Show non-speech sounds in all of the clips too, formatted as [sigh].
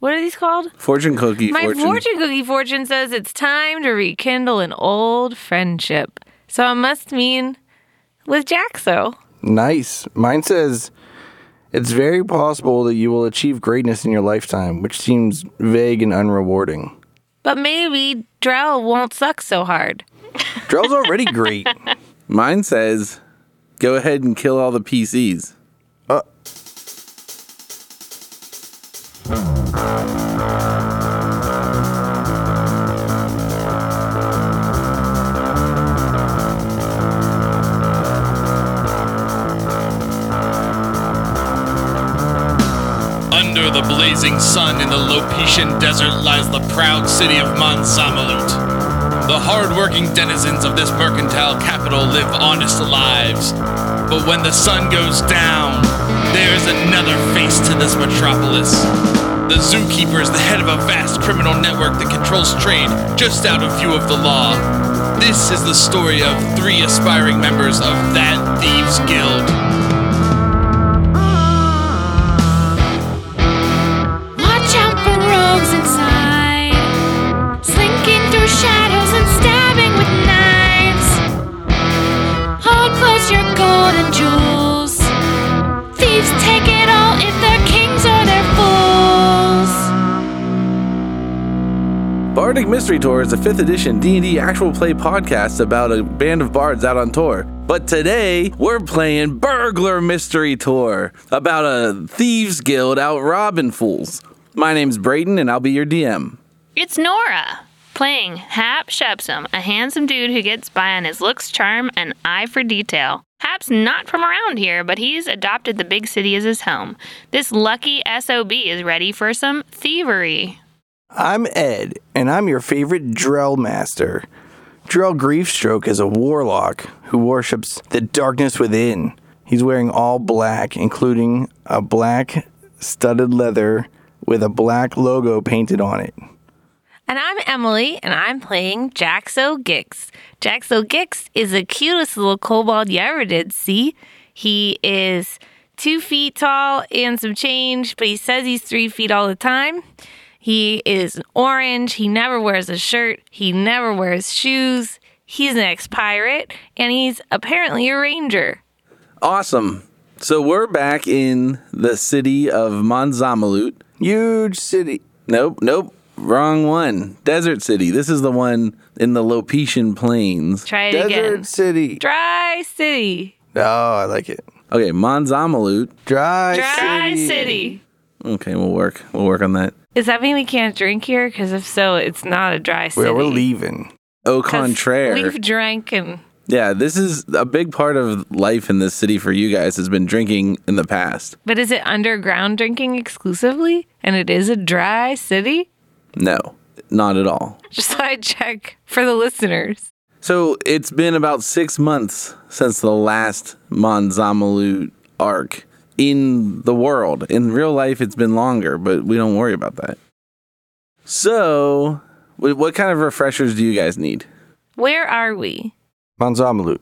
What are these called? Fortune cookie. My fortune. fortune cookie fortune says it's time to rekindle an old friendship. So I must mean with Jaxo. Nice. Mine says it's very possible that you will achieve greatness in your lifetime, which seems vague and unrewarding. But maybe Drell won't suck so hard. [laughs] Drell's already great. Mine says, go ahead and kill all the PCs. Under the blazing sun in the Lopetian desert lies the proud city of Mansamalut. The hard-working denizens of this mercantile capital live honest lives. But when the sun goes down, there is another face to this metropolis. The zookeeper is the head of a vast criminal network that controls trade just out of view of the law. This is the story of three aspiring members of that thieves' guild. Watch out for rogues inside. Slinking through shadows and stabbing with knives. Hold close your gold and jewels. Thieves take it all if they're kings or they're fools. Bardic Mystery Tour is a 5th edition D&D actual play podcast about a band of bards out on tour. But today, we're playing Burglar Mystery Tour about a thieves guild out robbing fools. My name's Brayden and I'll be your DM. It's Nora playing Hap Shepsum, a handsome dude who gets by on his looks, charm, and eye for detail. Hap's not from around here, but he's adopted the big city as his home. This lucky SOB is ready for some thievery. I'm Ed, and I'm your favorite Drell master. Drell Griefstroke is a warlock who worships the darkness within. He's wearing all black, including a black studded leather with a black logo painted on it. And I'm Emily, and I'm playing Jaxo Gix. Jaxo Gix is the cutest little kobold you ever did see. He is two feet tall and some change, but he says he's three feet all the time. He is orange. He never wears a shirt. He never wears shoes. He's an ex pirate, and he's apparently a ranger. Awesome. So we're back in the city of Manzamalut. Huge city. Nope, nope. Wrong one. Desert City. This is the one in the Lopetian Plains. Try it Desert again. city. Dry city. Oh, I like it. Okay, Manzamalut. Dry, Dry city. city. Okay, we'll work. We'll work on that. Does that mean we can't drink here? Because if so, it's not a dry city. Well, we're leaving. Au 'Cause contraire. We've drank and Yeah, this is a big part of life in this city for you guys has been drinking in the past. but is it underground drinking exclusively? And it is a dry city? No, not at all. Just thought I'd check for the listeners. So it's been about six months since the last Monzamalut arc in the world. In real life, it's been longer, but we don't worry about that. So, wh- what kind of refreshers do you guys need? Where are we? Manzamalut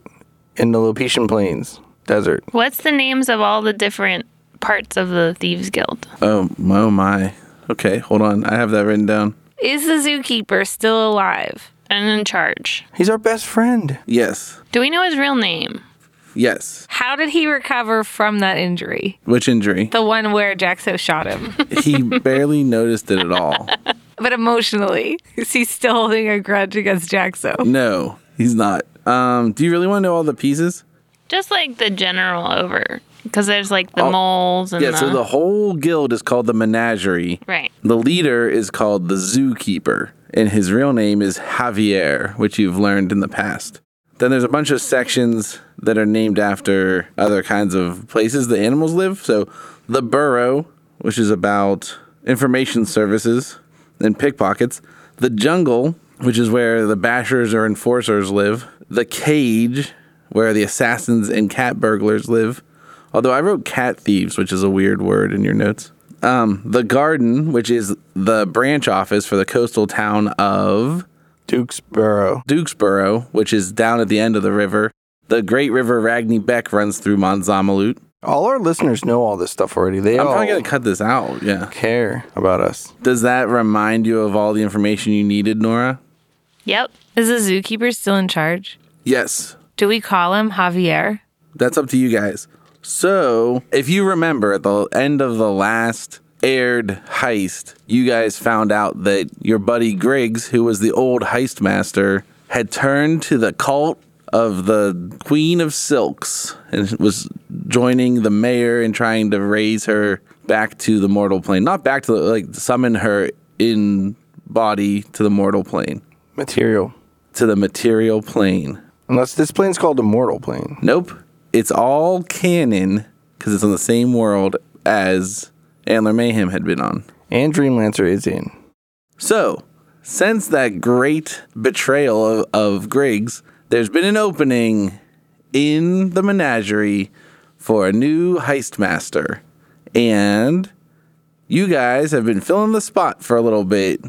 in the Lopetian Plains desert. What's the names of all the different parts of the Thieves Guild? Oh, oh my. Okay, hold on. I have that written down. Is the zookeeper still alive? And in charge. He's our best friend. Yes. Do we know his real name? Yes. How did he recover from that injury? Which injury? The one where Jaxo shot him. [laughs] [laughs] he barely noticed it at all. but emotionally, is he still holding a grudge against Jaxo? No, he's not. Um, do you really want to know all the pieces? Just like the general over. Because there's like the Oh, moles and Yeah, so the whole guild is called the Menagerie. Right. The leader is called the Zookeeper, and his real name is Javier, which you've learned in the past. Then there's a bunch of sections that are named after other kinds of places the animals live. So the Burrow, which is about information services and pickpockets. The Jungle, which is where the bashers or enforcers live. The Cage, where the assassins and cat burglars live. Although I wrote cat thieves, which is a weird word in your notes. Um, the garden, which is the branch office for the coastal town of Dukesboro. Dukesboro, which is down at the end of the river. The Great River Ragni Beck runs through Monzamalut. All our listeners know all this stuff already. They I'm all probably gonna cut this out. Yeah. care about us. Does that remind you of all the information you needed, Nora? Yep. Is the zookeeper still in charge? Yes. Do we call him Javier? That's up to you guys. So, if you remember at the end of the last aired heist, you guys found out that your buddy Griggs, who was the old heist master, had turned to the cult of the Queen of Silks and was joining the mayor and trying to raise her back to the mortal plane. Not back to the, like, summon her in body to the mortal plane, Material. to the material plane. Unless this plane's called a mortal plane. Nope. It's all canon because it's on the same world as Antler Mayhem had been on. And Dreamlancer is in. So, since that great betrayal of, of Griggs, there's been an opening in the menagerie for a new heist master. And you guys have been filling the spot for a little bit.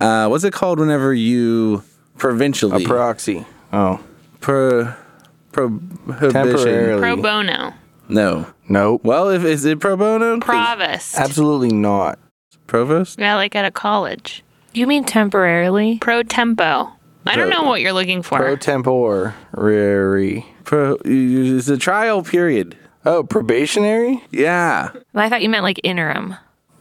Uh, what's it called whenever you provincially? A proxy. Oh. pro, prohibition. Temporarily. Pro bono. No. Nope. Well, if is it pro bono? Provost. Absolutely not. Provost? yeah, like at a college. You mean temporarily? Pro tempo. I don't Pro- know what you're looking for. Pro temporary. Pro it's a trial period. Oh, probationary? Yeah. I thought you meant like interim.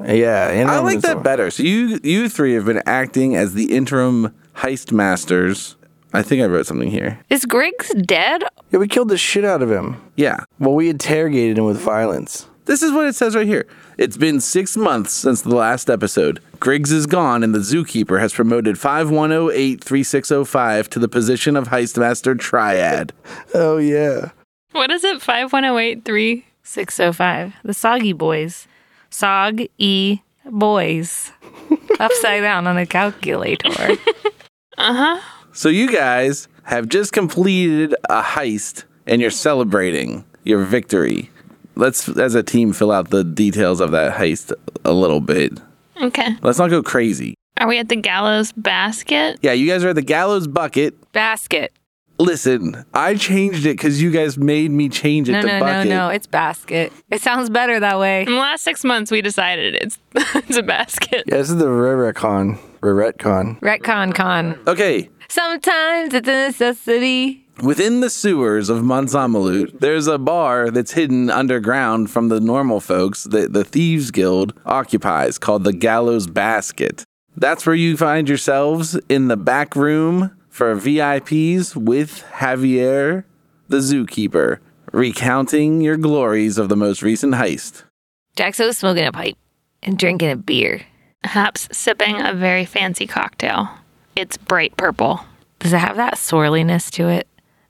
Yeah. interim I like is that all- better. So you you three have been acting as the interim heist masters. I think I wrote something here. Is Griggs dead? Yeah, we killed the shit out of him. Yeah. Well, we interrogated him with violence. This is what it says right here. It's been six months since the last episode. Griggs is gone, and the zookeeper has promoted 51083605 to the position of Heistmaster Triad. Oh, yeah. [laughs] What is it? 51083? 605. The Soggy Boys. Sog E Boys. Upside down on a calculator. So you guys have just completed a heist and you're celebrating your victory. Let's as a team fill out the details of that heist a little bit. Okay. Let's not go crazy. Are we at the gallows basket? Yeah, you guys are at the gallows bucket. [laughs] basket. Listen, I changed it because you guys made me change it No, to no, no, bucket. no. It's basket. It sounds better that way. In the last six months, we decided it's, [laughs] it's a basket. Yeah, this is the Reretcon. Reretcon. Retcon con. Okay. Sometimes it's a necessity. Within the sewers of Manzamalut, there's a bar that's hidden underground from the normal folks that the Thieves Guild occupies called the Gallows Basket. That's where you find yourselves in the back room for VIPs with Javier, the zookeeper, recounting your glories of the most recent heist. Jaxo's smoking a pipe and drinking a beer. Haps sipping a very fancy cocktail. It's bright purple. Does it have that swirliness to it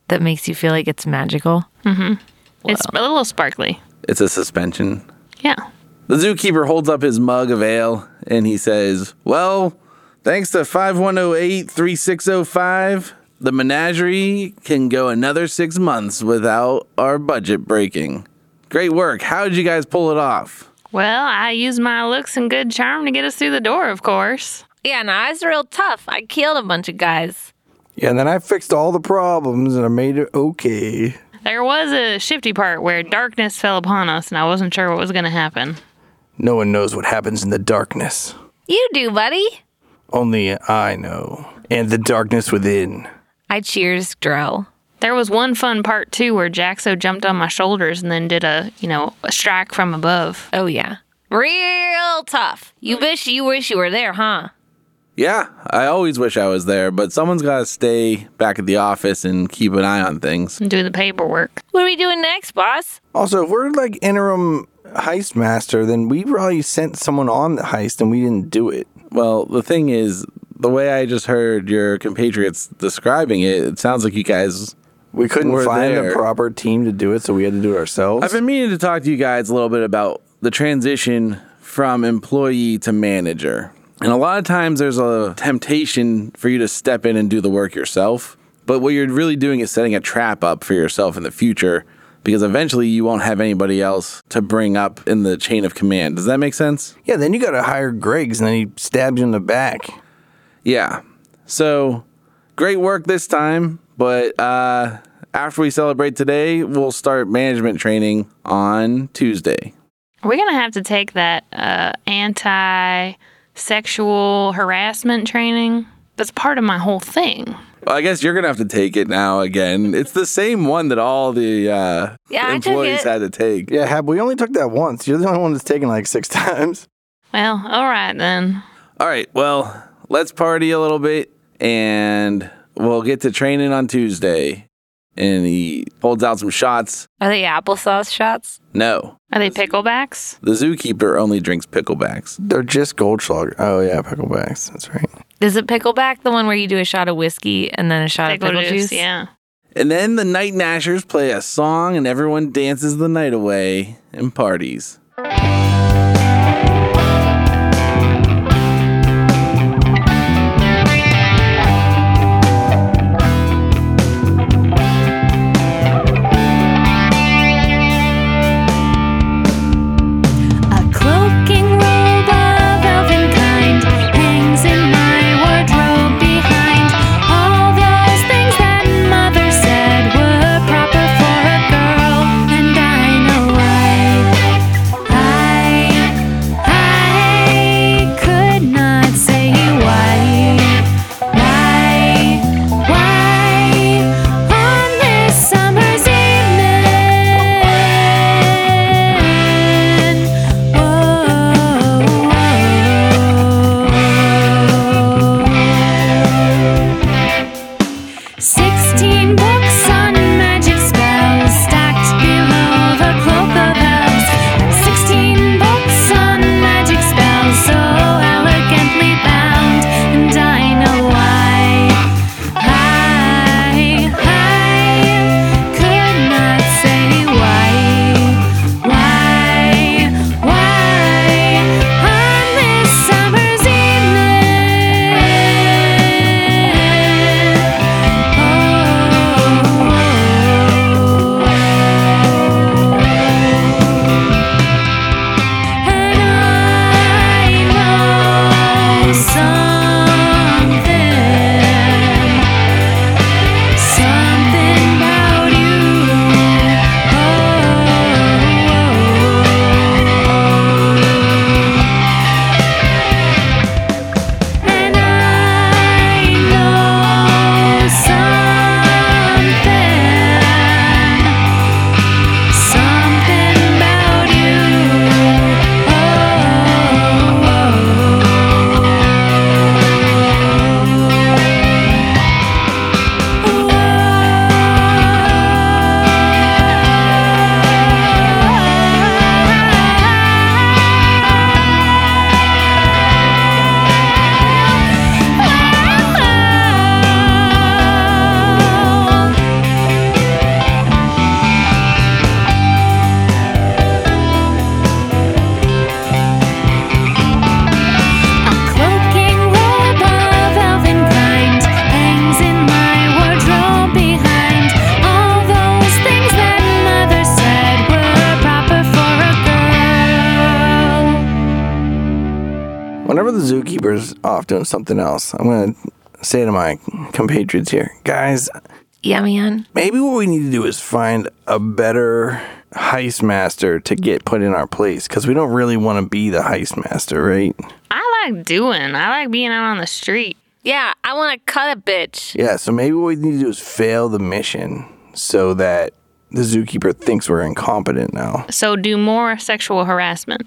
that makes you feel like it's magical? It's a little sparkly. It's a suspension. Yeah. The zookeeper holds up his mug of ale and he says, Well, thanks to 5108 3605, the menagerie can go another six months without our budget breaking. Great work. How did you guys pull it off? Well, I used my looks and good charm to get us through the door, of course. Yeah, no, I was real tough. I killed a bunch of guys. Yeah, and then I fixed all the problems and I made it okay. There was a shifty part where darkness fell upon us and I wasn't sure what was going to happen. No one knows what happens in the darkness. You do, buddy. Only I know. And the darkness within. I cheers Drell. There was one fun part too where Jaxo jumped on my shoulders and then did a, you know, a strike from above. Oh, yeah. Real tough. You wish you wish you were there, huh? Yeah, I always wish I was there, but someone's got to stay back at the office and keep an eye on things. and Do the paperwork. What are we doing next, boss? Also, if we're like interim heist master, then we probably sent someone on the heist and we didn't do it. Well, the thing is, the way I just heard your compatriots describing it, it sounds like you guys We couldn't We're find there. a proper team to do it, so we had to do it ourselves. I've been meaning to talk to you guys a little bit about the transition from employee to manager. And a lot of times there's a temptation for you to step in and do the work yourself. But what you're really doing is setting a trap up for yourself in the future because eventually you won't have anybody else to bring up in the chain of command. Does that make sense? yeah, then you gotta hire Greg's and then he stabs you in the back. Yeah. So great work this time, but uh, After we celebrate today, we'll start management training on Tuesday. We're going to have to take that uh, anti sexual harassment training. That's part of my whole thing. Well, I guess you're gonna have to take it now again. It's the same one that all the uh, Yeah, I took employees it. had to take. Yeah, Hab, we only took that once. You're the only one that's taken like six [laughs] times. Well, all right then. All right, well, let's party a little bit, and we'll get to training on Tuesday. And he holds out some shots. Are they applesauce shots? No, Are they picklebacks? the zookeeper only drinks picklebacks. They're just Goldschlager. Oh, yeah, picklebacks. That's right. Is it pickleback the one where you do a shot of whiskey and then a shot of pickle juice? Yeah. And then the night nashers play a song, and everyone dances the night away and parties. A cloaking robe of elfin kind hangs in my wardrobe behind. All those things that mother said were proper for a girl, and I know I, I, I could not say why. Why, why on this summer's evening? Whoa. Sixteen books on magic spells stacked below the cloak of elves. Sixteen books on magic spells so elegantly bound, and I know why. I, I could not say why, why, why on this summer's evening. Oh. And I know something, something about you. And I know something. Something about you. Oh, A cloaking robe of elfin kind hangs in my wardrobe behind. All those things that mother said were proper for a girl. Whenever the zookeeper's off doing something else, I'm going to say to my compatriots here, guys, Yeah, man. maybe what we need to do is find a better heist master to get put in our place because we don't really want to be the heist master, right? I like doing. I like being out on the street. Yeah, I want to cut a bitch. Yeah, so maybe what we need to do is fail the mission so that the zookeeper thinks we're incompetent now. So do more sexual harassment.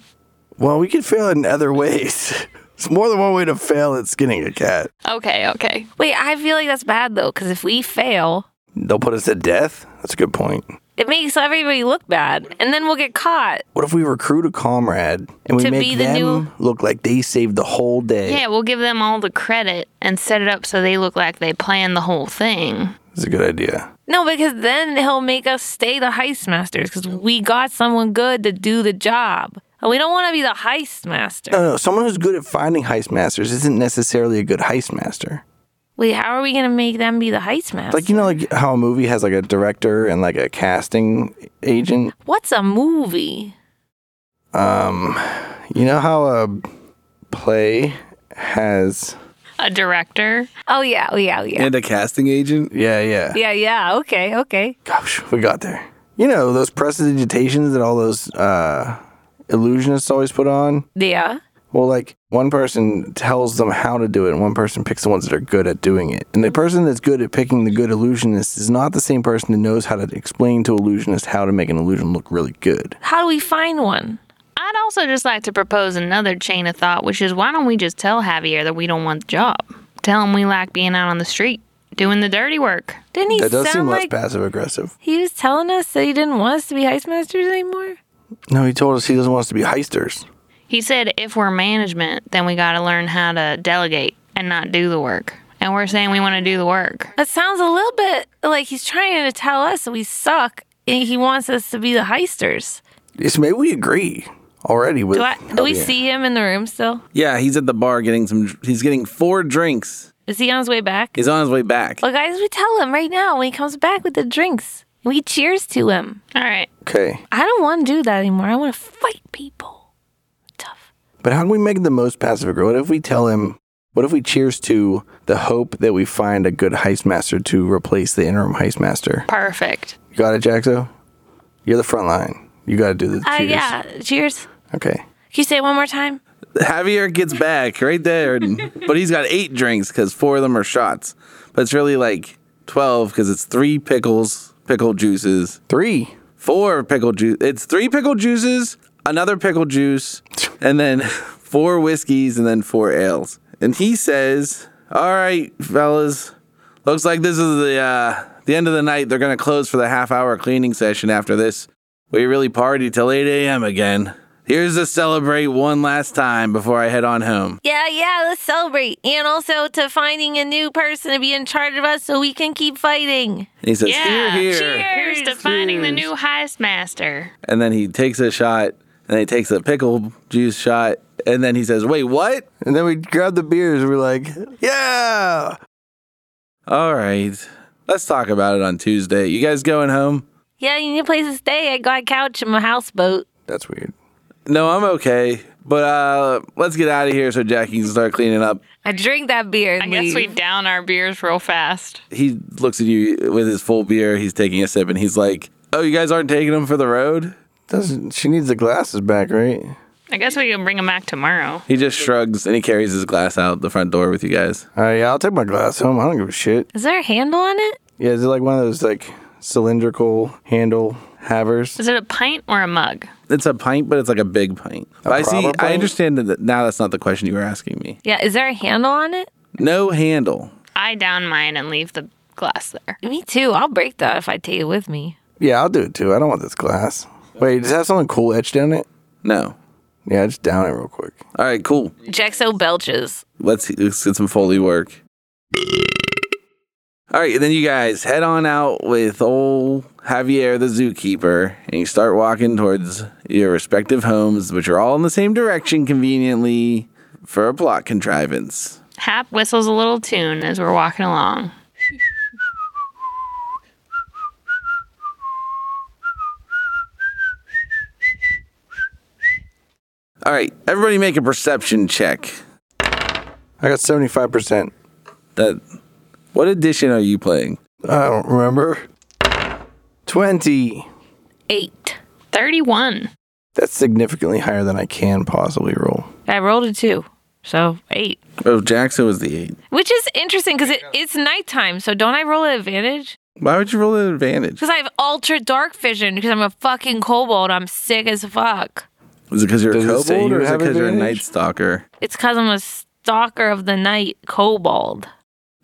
Well, we could fail it in other ways. [laughs] It's more than one way to fail at skinning a cat. Okay, okay. Wait, I feel like that's bad though, because if we fail, They'll put us to death? That's a good point. it makes everybody look bad, and then we'll get caught. What if we recruit a comrade and we To make be the them new- look like they saved the whole day? Yeah, we'll give them all the credit and set it up so they look like they planned the whole thing. That's a good idea. No, because then he'll make us stay the heist masters because we got someone good to do the job. And we don't want to be the heist master. No, no, someone who's good at finding heist masters isn't necessarily a good heist master. Wait, how are we going to make them be the heist master? Like you know, like how a movie has like a director and like a casting agent. What's a movie? You know how a play has a director. Oh yeah, oh yeah, oh yeah. and a casting agent. Yeah, yeah. Yeah, yeah. Okay, okay. Gosh, we got there. You know, those presentations that all those uh, illusionists always put on? Yeah. Well, like one person tells them how to do it, and one person picks the ones that are good at doing it. And the person that's good at picking the good illusionist is not the same person who knows how to explain to illusionists how to make an illusion look really good. How do we find one? I'd also just like to propose another chain of thought, which is why don't we just tell Javier that we don't want the job? Tell him we like being out on the street, doing the dirty work. Didn't he That does sound seem less like passive aggressive. he was telling us that he didn't want us to be heistmasters anymore? No, he told us he doesn't want us to be heisters. He said if we're management, then we got to learn how to delegate and not do the work. And we're saying we want to do the work. That sounds a little bit like he's trying to tell us that we suck and he wants us to be the heisters. Yes, maybe we agree already with. Do I do we Yeah. see him in the room still? Yeah, he's at the bar getting some. He's getting four drinks. Is he on his way back? He's on his way back. Well guys, we tell him right now when he comes back with the drinks. We cheers to him. All right. Okay, I don't want to do that anymore. I want to fight people. Tough. but how can we make it the most passive aggressive? What if we tell him? What if we cheers to the hope that we find a good heist master to replace the interim heist master? Perfect. You got it, Jaxo. You're the front line. You got to do the cheers. Uh, yeah. Cheers. Okay. Can you say it one more time? Javier gets back right there, and, but he's got eight drinks because four of them are shots. But it's really like twelve because it's three pickles, pickle juices, Three. four pickle juice. It's three pickle juices, another pickle juice, and then four whiskeys, and then four ales. And he says, "All right, fellas, looks like this is the uh, the end of the night. They're gonna close for the half hour cleaning session after this. We really party till eight a.m. again." Here's to celebrate one last time before I head on home. Yeah, yeah, let's celebrate. And also to finding a new person to be in charge of us so we can keep fighting. And he says, Yeah. "Here, here." Cheers to finding the new heist master. And then he takes a shot, and then he takes a pickle juice shot, and then he says, "Wait, what? And then we grab the beers and we're like, yeah. All right. Let's talk about it on Tuesday. You guys going home? Yeah, you need a place to stay. I got a couch in my houseboat. That's weird. No, I'm okay. But uh let's get out of here so Jackie can start cleaning up. I drink that beer and I guess leave. we down our beers real fast. He looks at you with his full beer. He's taking a sip and he's like, "Oh, you guys aren't taking them for the road?" Doesn't she needs the glasses back, right? I guess we can bring them back tomorrow. He just shrugs and he carries his glass out the front door with you guys. Uh, yeah, I'll take my glass home. I don't give a shit. Is there a handle on it? Yeah, is it like one of those like cylindrical handle havers? Is it a pint or a mug? It's a pint, but it's like a big pint. But I see. proper I pint? understand that now. That's not the question you were asking me. Yeah, is there a handle on it? No handle. I down mine and leave the glass there. Me too. I'll break that if I take it with me. Yeah, I'll do it too. I don't want this glass. Wait, does it have something cool etched on it? No. Yeah, just down it real quick. All right. Cool. Jaxo belches. let's, let's get some Foley work. All right, and then you guys head on out with old Javier the zookeeper, and you start walking towards your respective homes, which are all in the same direction conveniently for a plot contrivance. Hap whistles a little tune as we're walking along. All right, everybody make a perception check. I got 75%. That what edition are you playing? I don't remember. 20. Eight. 31. That's significantly higher than I can possibly roll. I rolled a two. So eight. Oh, Jackson was the eight. Which is interesting because it, it's nighttime, so don't I roll at advantage? Why would you roll an advantage? Because I have ultra dark vision because I'm a fucking kobold. I'm sick as fuck. Is it because you're a Does it say kobold, you or is it have because you're a advantage? night stalker? It's because I'm a stalker of the night kobold.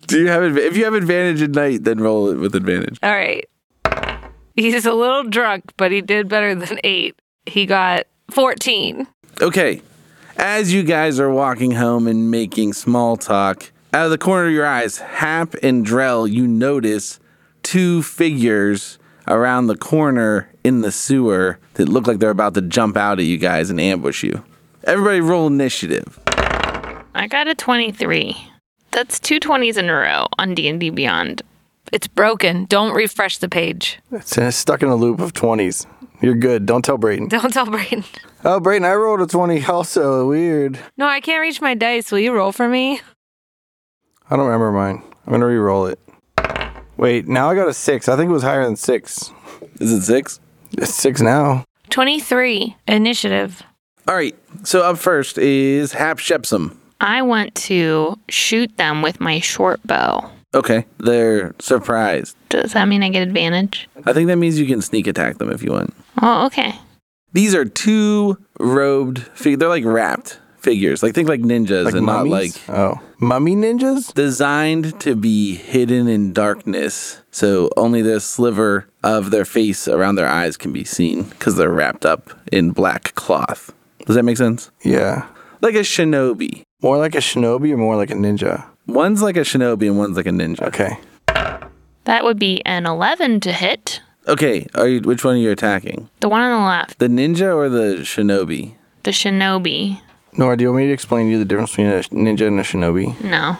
Do you have adv- if you have advantage at night, then roll it with advantage. All right. He's a little drunk, but he did better than eight. He got 14. Okay. As you guys are walking home and making small talk, out of the corner of your eyes, Hap and Drell, you notice two figures around the corner in the sewer that look like they're about to jump out at you guys and ambush you. Everybody roll initiative. I got a 23. That's two 20s in a row on D&D Beyond. It's broken. Don't refresh the page. It's uh, stuck in a loop of 20s. You're good. Don't tell Brayden. Don't tell Brayden. Oh, Brayden, I rolled a 20 [laughs] also. Weird. No, I can't reach my dice. Will you roll for me? I don't remember mine. I'm gonna re-roll it. Wait, now I got a six. I think it was higher than six. Is it six? It's six now. 23, initiative. All right. So up first is Hap Shepsum. I want to shoot them with my short bow. Okay. They're surprised. Does that mean I get advantage? I think that means you can sneak attack them if you want. Oh, okay. These are two robed fig They're like wrapped figures. Like think like ninjas and mummies? not like oh mummy ninjas. designed to be hidden in darkness. So only the sliver of their face around their eyes can be seen because they're wrapped up in black cloth. Does that make sense? Yeah, Like a shinobi. more like a shinobi or more like a ninja. One's like a shinobi and one's like a ninja. Okay, That would be an 11 to hit. Okay, are you which one are you attacking? The one on the left, The ninja or the shinobi? the shinobi. Nora, do you want me to explain to you the difference between a ninja and a shinobi? No,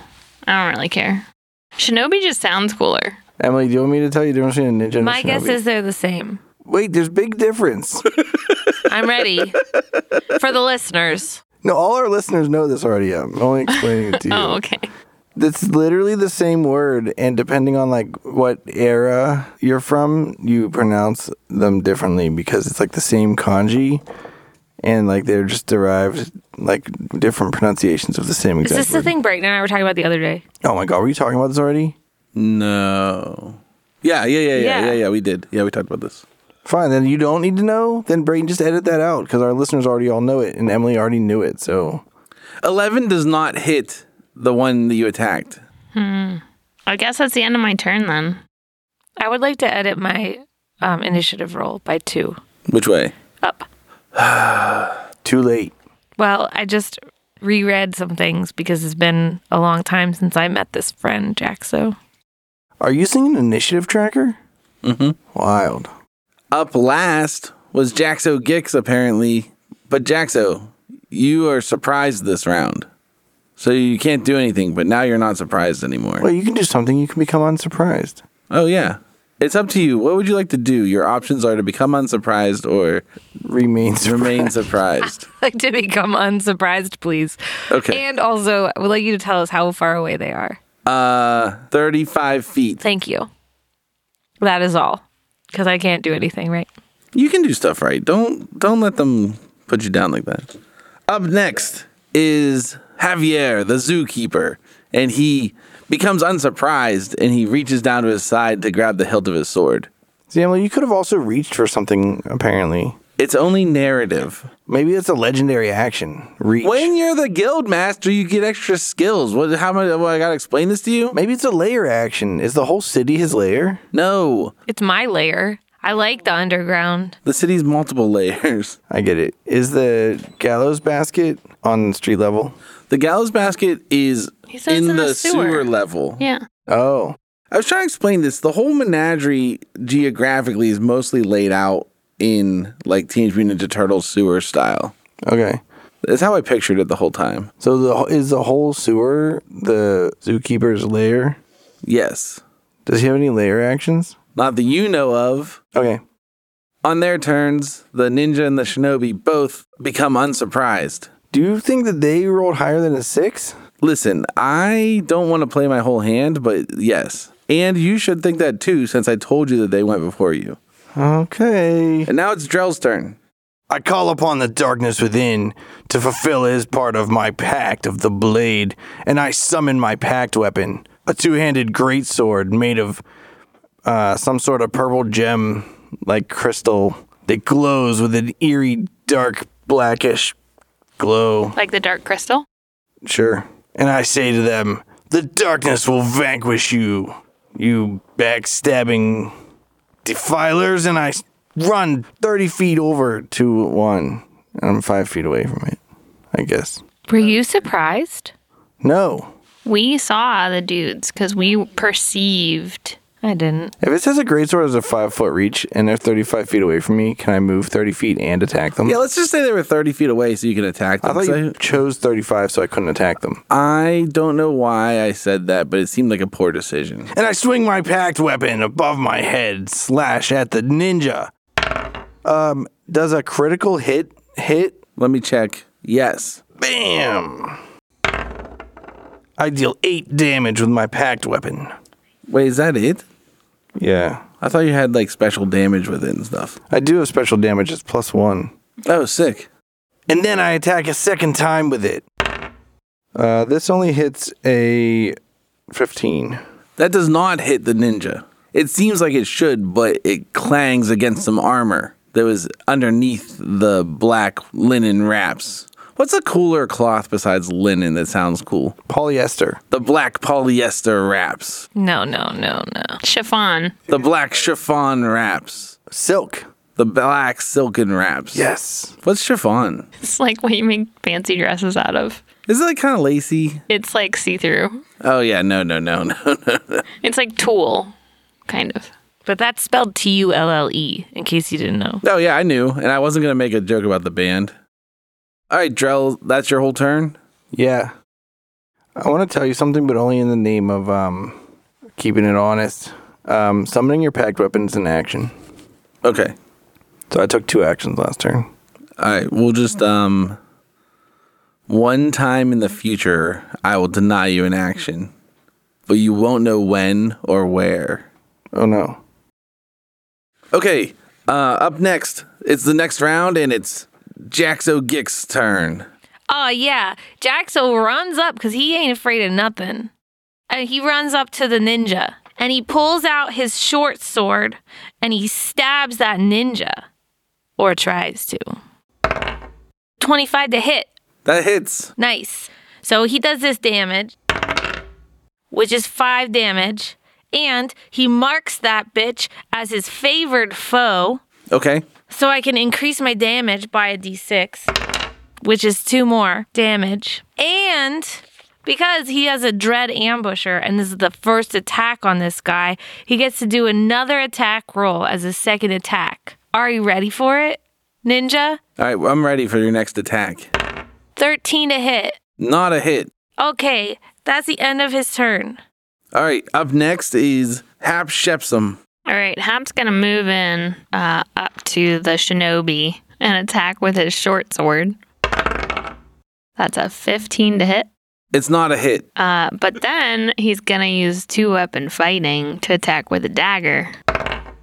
I don't really care. Shinobi just sounds cooler. Emily, do you want me to tell you the difference between a ninja and a My shinobi? guess is they're the same. wait, there's big difference. [laughs] I'm ready for the listeners. no, all our listeners know this already. I'm only [laughs] explaining it to you. Oh, okay. It's literally the same word, and depending on like what era you're from, you pronounce them differently because it's like the same kanji, and like they're just derived like different pronunciations of the same Is exact. this the word. thing Brayton and I were talking about the other day? Oh my god, were you talking about this already? No. Yeah, yeah, yeah, yeah, Yeah. yeah, yeah, We did. Yeah, we talked about this. Fine, then you don't need to know. Then Brayton just edit that out because our listeners already all know it, and Emily already knew it. So Eleven does not hit the one that you attacked. I guess that's the end of my turn then. I would like to edit my um, initiative roll by two Which way? up. too late. Well, I just reread some things because it's been a long time since I met this friend, Jack. So Are you seeing an initiative tracker? Mm-hmm. Wild. Up last was Jaxo Gix apparently, but Jaxo, you are surprised this round, so you can't do anything. But now you're not surprised anymore. Well, you can do something. You can become unsurprised. Oh yeah, it's up to you. What would you like to do? Your options are to become unsurprised or Remain surprised. remain surprised. like to become unsurprised, please. Okay. And also, I would like you to tell us how far away they are. Uh, thirty-five feet. Thank you. That is all. Because I can't do anything, right? You can do stuff right. Don't don't let them put you down like that. Up next is Javier, the zookeeper, and he becomes unsurprised and he reaches down to his side to grab the hilt of his sword. See, Emily, you could have also reached for something, apparently. It's only narrative. Maybe it's a legendary action. Reach. When you're the guild master, you get extra skills. What? How much? Well, I gotta explain this to you? Maybe it's a layer action. Is the whole city his layer? No, It's my layer. I like the underground. the city's multiple [laughs] layers. I get it. Is the gallows basket on street level? The gallows basket is He says in, the, sewer. level. Yeah. Oh. I was trying to explain this. The whole menagerie geographically is mostly laid out in like Teenage Mutant Ninja Turtles sewer style. Okay. That's how I pictured it the whole time. So the is the whole sewer the zookeeper's lair? Yes. Does he have any layer actions? Not that you know of. Okay. On their turns, the ninja and the shinobi both become unsurprised. Do you think that they rolled higher than a six? Listen, I don't want to play my whole hand, but yes. And you should think that too, since I told you that they went before you. Okay. And now it's Drell's turn. I call upon the darkness within to fulfill his part of my pact of the blade, and I summon my pact weapon, a two handed greatsword made of uh, some sort of purple gem like crystal that glows with an eerie, dark, blackish glow. Like the dark crystal. Sure. And I say to them, The darkness will vanquish you, you backstabbing defilers. And I s- run 30 feet over to one. And I'm five feet away from it, I guess. Were you surprised? No. We saw the dudes because we perceived. I didn't. If it says a greatsword is a five foot reach and they're 35 feet away from me, can I move 30 feet and attack them? Yeah, let's just say they were 30 feet away so you can attack them. I thought 'Cause you chose 35 so I couldn't attack them. I don't know why I said that, but it seemed like a poor decision. and I swing my packed weapon above my head, slash at the ninja. Um, does a critical hit hit? Let me check. Yes. Bam! I deal eight damage with my packed weapon. Wait, is that it? Yeah. I thought you had like special damage with it and stuff. I do have special damage. It's plus one. Oh, sick. And then I attack a second time with it. Uh, this only hits a 15. That does not hit the ninja. It seems like it should, but it clangs against some armor that was underneath the black linen wraps. What's a cooler cloth besides linen that sounds cool? Polyester. The black polyester wraps. No, no, no, no. Chiffon. [laughs] The black chiffon wraps. Silk. The black silken wraps. Yes. What's chiffon? It's like what you make fancy dresses out of. Is it like kind of lacy? It's like see through. Oh yeah, no, no, no, [laughs] no. It's like tulle, kind of. But that's spelled T U L L E, in case you didn't know. Oh yeah, I knew, and I wasn't gonna make a joke about the band. All right, Drell, that's your whole turn. Yeah. I want to tell you something, but only in the name of um, keeping it honest. Um, summoning your packed weapons in action. Okay. So I took two actions last turn. All right, we'll just um. One time in the future, I will deny you an action, but you won't know when or where. Oh no. Okay. Uh, up next, it's the next round, and it's Jaxo Gick's turn. Oh, yeah. Jaxo runs up because he ain't afraid of nothing. And he runs up to the ninja and he pulls out his short sword and he stabs that ninja or tries to. 25 to hit. That hits. Nice. So he does this damage, which is five damage, and he marks that bitch as his favored foe, Okay. so I can increase my damage by a d6, which is two more damage. And because he has a dread ambusher, and this is the first attack on this guy, he gets to do another attack roll as a second attack. Are you ready for it, Ninja? All right, I'm ready for your next attack. 13 to hit. Not a hit. Okay, that's the end of his turn. All right, up next is Hap Shepsum. All right, Hap's gonna move in uh, up to the shinobi and attack with his short sword. That's a 15 to hit. It's not a hit. Uh, but then he's gonna use two weapon fighting to attack with a dagger.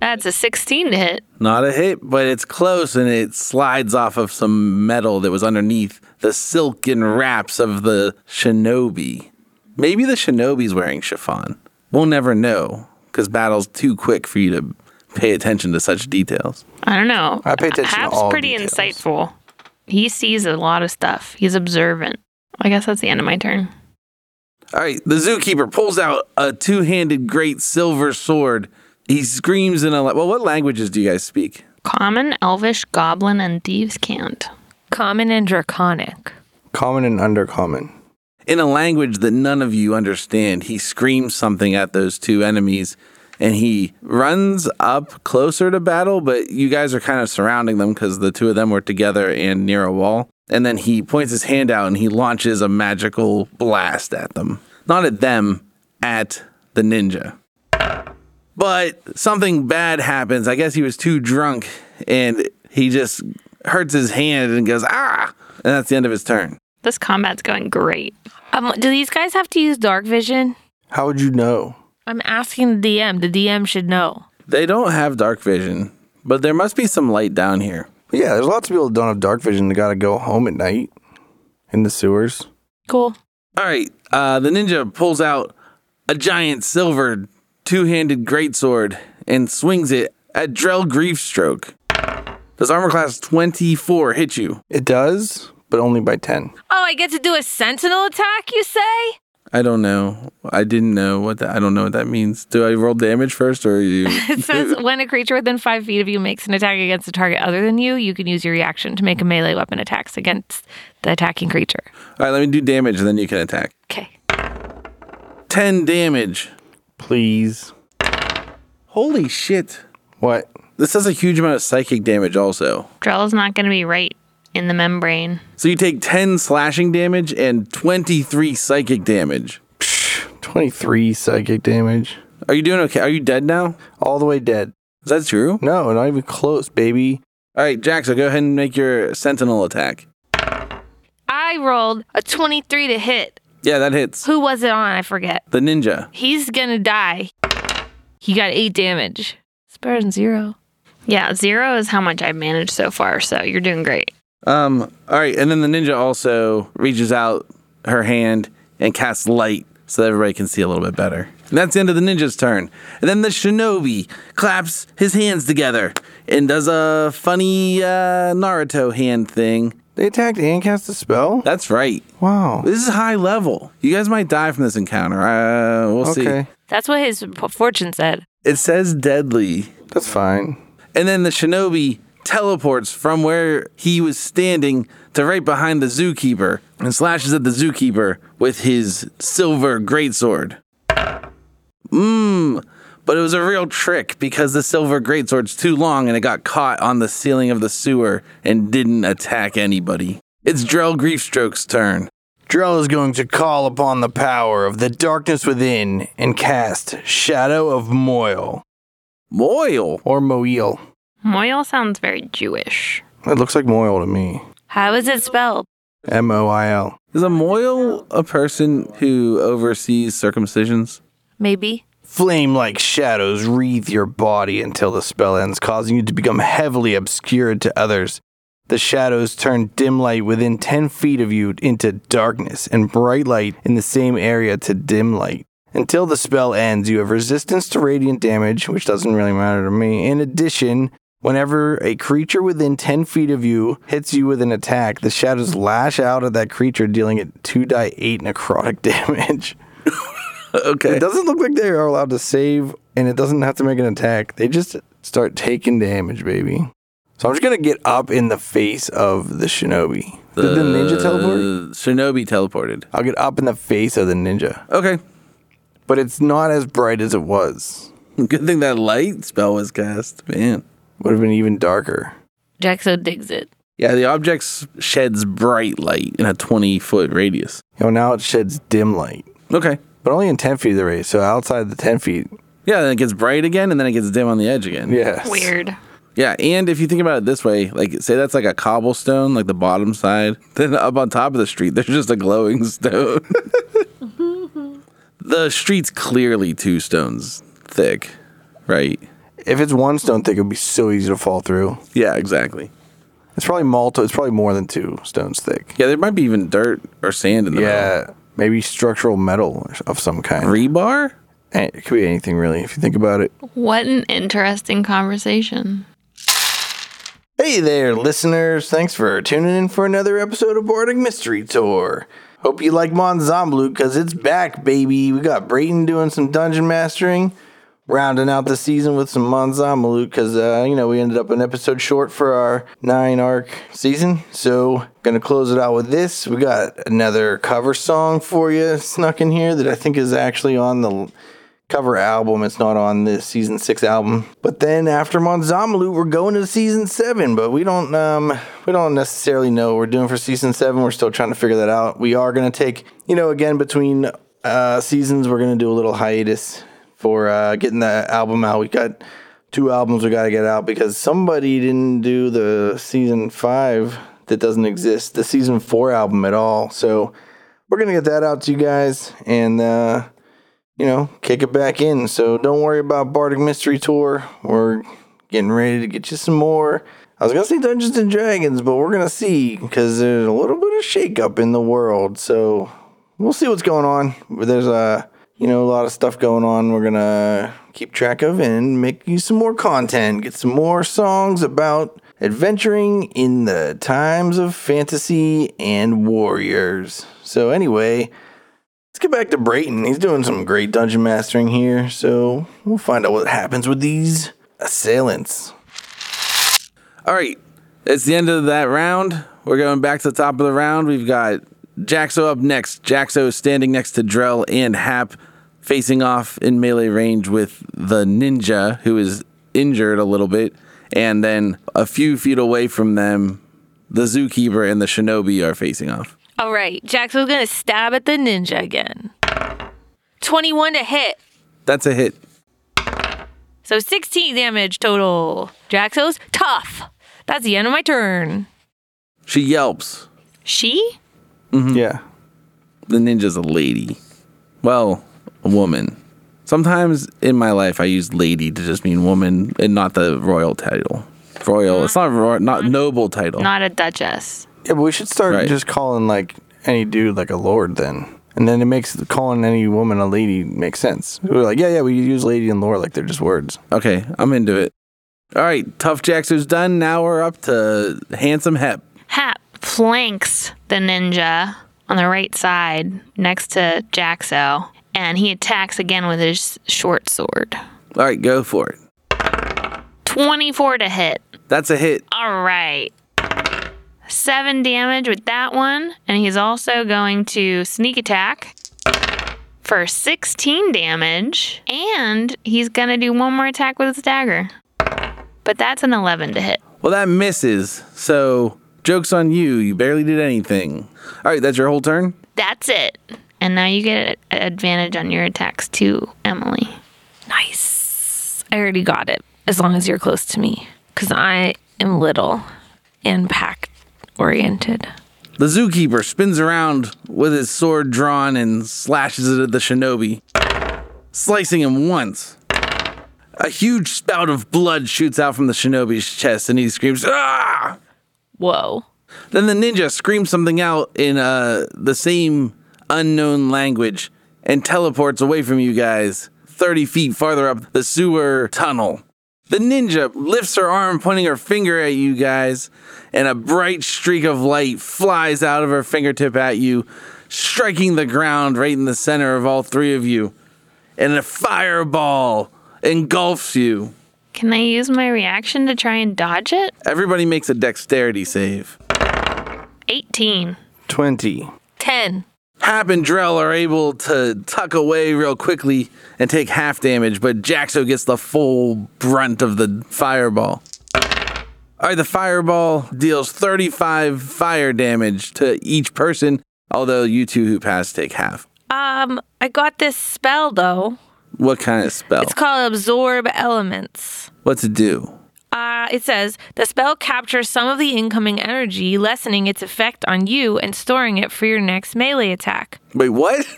That's a 16 to hit. Not a hit, but it's close and it slides off of some metal that was underneath the silken wraps of the shinobi. Maybe the shinobi's wearing chiffon. We'll never know because battle's too quick for you to pay attention to such details. I don't know. I pay attention to Hap's all pretty details. insightful. He sees a lot of stuff. He's observant. I guess that's the end of my turn. All right, the zookeeper pulls out a two handed great silver sword. He screams in a. la- Well, what languages do you guys speak? Common, elvish, goblin, and thieves can't. Common and draconic. Common and undercommon. in a language that none of you understand, he screams something at those two enemies and he runs up closer to battle, but you guys are kind of surrounding them because the two of them were together and near a wall. And then he points his hand out and he launches a magical blast at them. Not at them, at the ninja. But something bad happens. I guess he was too drunk and he just hurts his hand and goes, ah! And that's the end of his turn. This combat's going great. Um, do these guys have to use dark vision? How would you know? I'm asking the DM. The DM should know. They don't have dark vision, but there must be some light down here. Yeah, there's lots of people that don't have dark vision that got to go home at night in the sewers. Cool. All right, uh, the ninja pulls out a giant silver two-handed greatsword and swings it at Drell Griefstroke. Does armor class 24 hit you? It does, but only by 10. Oh, I get to do a sentinel attack, you say? I don't know. I didn't know what that. I don't know what that means. Do I roll damage first, or you? It says when a creature within five feet of you makes an attack against a target other than you, you can use your reaction to make a melee weapon attacks against the attacking creature. All right, let me do damage, and then you can attack. Okay. Ten damage. Please. Holy shit! What? This does a huge amount of psychic damage, also. Drell's not going to be right in the membrane. So you take 10 slashing damage and 23 psychic damage. 23 psychic damage. Are you doing okay? Are you dead now? All the way dead. Is that true? No, not even close, baby. All right, Jax, so go ahead and make your sentinel attack. I rolled a 23 to hit. Yeah, that hits. Who was it on? I forget. The ninja. He's gonna die. He got eight damage. It's better than zero. Yeah, zero is how much I've managed so far, so you're doing great. Um, all right, and then the ninja also reaches out her hand and casts light so that everybody can see a little bit better. And that's the end of the ninja's turn. And then the shinobi claps his hands together and does a funny uh, Naruto hand thing. They attacked and cast a spell? That's right. Wow. This is high level. You guys might die from this encounter. Uh, we'll Okay. see. That's what his fortune said. It says deadly. That's fine. And then the shinobi teleports from where he was standing to right behind the zookeeper and slashes at the zookeeper with his silver greatsword. Mmm. But it was a real trick because the silver greatsword's too long and it got caught on the ceiling of the sewer and didn't attack anybody. It's Drell Griefstroke's turn. Drell is going to call upon the power of the darkness within and cast Shadow of Moil Moil. or Moil. Moyle sounds very Jewish. It looks like Moil to me. How is it spelled? M O I L. Is a Moil a person who oversees circumcisions? [laughs] Maybe. Flame like shadows wreathe your body until the spell ends, causing you to become heavily obscured to others. The shadows turn dim light within 10 feet of you into darkness and bright light in the same area to dim light. Until the spell ends, you have resistance to radiant damage, which doesn't really matter to me. In addition, whenever a creature within 10 feet of you hits you with an attack, the shadows lash out at that creature, dealing it 2 die 8 necrotic [laughs] damage. Okay. It doesn't look like they are allowed to save, and it doesn't have to make an attack. They just start taking damage, baby. So I'm just gonna get up in the face of the shinobi. Did the ninja teleport? Uh, Shinobi teleported. I'll get up in the face of the ninja, Okay. but it's not as bright as it was. Good thing that light spell was cast. Man. Would have been even darker. Jaxo digs it. Yeah, the object s- sheds bright light in a 20 foot radius. Oh, now it sheds dim light, Okay. but only in 10 feet of the race. So outside the 10 feet, Yeah, then it gets bright again and then it gets dim on the edge again. yes. Weird. Yeah, and if you think about it this way, like say that's like a cobblestone, like the bottom side, [laughs] then up on top of the street, there's just a glowing stone. [laughs] the street's clearly two stones thick, right? If it's one stone thick, it would be so easy to fall through. Yeah, exactly. It's probably multi. It's probably more than two stones thick. Yeah, there might be even dirt or sand in the Yeah, maybe structural metal of some kind. middle. rebar. Eh, It could be anything really, if you think about it. What an interesting conversation. Hey there, listeners! Thanks for tuning in for another episode of Boarding Mystery Tour. Hope you like Mon Zomblu because it's back, baby. We got Brayton doing some dungeon mastering, rounding out the season with some Mon Zomblu because uh, you know we ended up an episode short for our nine arc season. So gonna close it out with this. We got another cover song for you snuck in here that I think is actually on the cover album. It's not on this season six album. But then after Monzamalu, we're going to season seven. But we don't um we don't necessarily know what we're doing for season seven. We're still trying to figure that out. We are gonna take you know again between uh, seasons we're gonna do a little hiatus for uh, getting the album out. We got two albums we gotta get out because somebody didn't do the season five that doesn't exist the season four album at all. So we're gonna get that out to you guys and. uh you know, kick it back in. So don't worry about Bardic Mystery Tour. We're getting ready to get you some more. I was gonna say Dungeons and Dragons, but we're gonna see because there's a little bit of shakeup in the world. So we'll see what's going on. There's a you know a lot of stuff going on. We're gonna keep track of and make you some more content. Get some more songs about adventuring in the times of fantasy and warriors. So anyway. Let's get back to Brayton. He's doing some great dungeon mastering here, so we'll find out what happens with these assailants. All right. It's the end of that round. We're going back to the top of the round. We've got Jaxo up next. Jaxo is standing next to Drell and Hap, facing off in melee range with the ninja, who is injured a little bit. And then a few feet away from them, the zookeeper and the shinobi are facing off. All right, Jaxo's gonna stab at the ninja again. 21 to hit. That's a hit. So 16 damage total. Jaxo's tough. That's the end of my turn. She yelps. She? Yeah. The ninja's a lady. Well, a woman. Sometimes in my life, I use lady to just mean woman and not the royal title. Royal, it's not ro- not noble title. Not a duchess. Yeah, but we should start Right. just calling like any dude like a lord then. And then it makes calling any woman a lady make sense. We're like, yeah, yeah, we use lady and lord like they're just words. okay, I'm into it. All right, Tough Jackso's done. Now we're up to Handsome Hep. Hap flanks the ninja on the right side next to Jaxo, and he attacks again with his short sword. All right, go for it. 24 to hit. That's a hit. All right. Seven damage with that one, and he's also going to sneak attack for 16 damage, and he's gonna do one more attack with his dagger. But that's an 11 to hit. Well, that misses. So, joke's on you. You barely did anything. All right, that's your whole turn? That's it. And now you get a- advantage on your attacks too, Emily. Nice. I already got it. As long as you're close to me, because I am little and pack oriented. The zookeeper spins around with his sword drawn and slashes it at the shinobi, slicing him once. A huge spout of blood shoots out from the shinobi's chest and he screams, Ah! Whoa. Then the ninja screams something out in uh, the same unknown language and teleports away from you guys 30 feet farther up the sewer tunnel. The ninja lifts her arm, pointing her finger at you guys, and a bright streak of light flies out of her fingertip at you, striking the ground right in the center of all three of you. And a fireball engulfs you. Can I use my reaction to try and dodge it? Everybody makes a dexterity save. 18. 20. 10. Hap and Drell are able to tuck away real quickly and take half damage, but Jaxo gets the full brunt of the fireball. All right, the fireball deals 35 fire damage to each person, although you two who pass take half. Um, I got this spell though. What kind of spell? It's called Absorb Elements. What's it do? Uh, it says the spell captures some of the incoming energy, lessening its effect on you and storing it for your next melee attack. Wait, what? [laughs]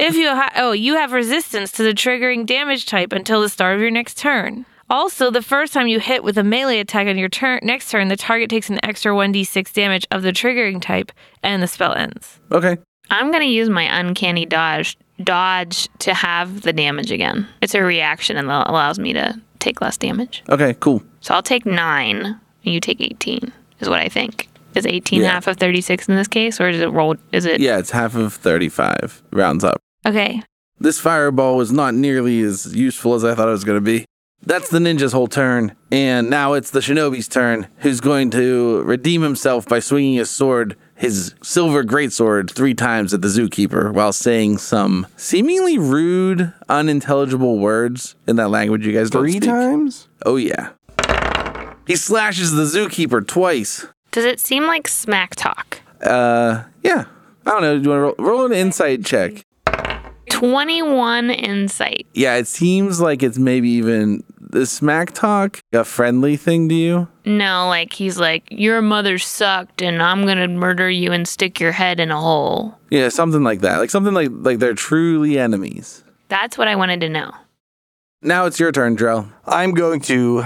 If you ha- oh, you have resistance to the triggering damage type until the start of your next turn. Also, the first time you hit with a melee attack on your turn next turn, the target takes an extra 1d6 damage of the triggering type, and the spell ends. okay. I'm going to use my uncanny dodge dodge to have the damage again. It's a reaction and that allows me to take less damage. Okay, cool. So I'll take 9 and you take 18 is what I think. Is 18 Yeah. half of 36 in this case or is it rolled is it Yeah, it's half of 35. Rounds up. Okay, This fireball was not nearly as useful as I thought it was going to be. That's the ninja's whole turn, and now it's the shinobi's turn, who's going to redeem himself by swinging his sword, his silver greatsword, three times at the zookeeper while saying some seemingly rude, unintelligible words in that language you guys don't Three speak. times? Oh, yeah. He slashes the zookeeper twice. Does it seem like smack talk? Uh, yeah. I don't know. Do you want to roll, roll an insight check? 21 insight. Yeah, it seems like it's maybe even the smack talk a friendly thing to you. No, like he's like your mother sucked and I'm going to murder you and stick your head in a hole. Yeah, something like that. Like something like like they're truly enemies. That's what I wanted to know. Now it's your turn, Drell. I'm going to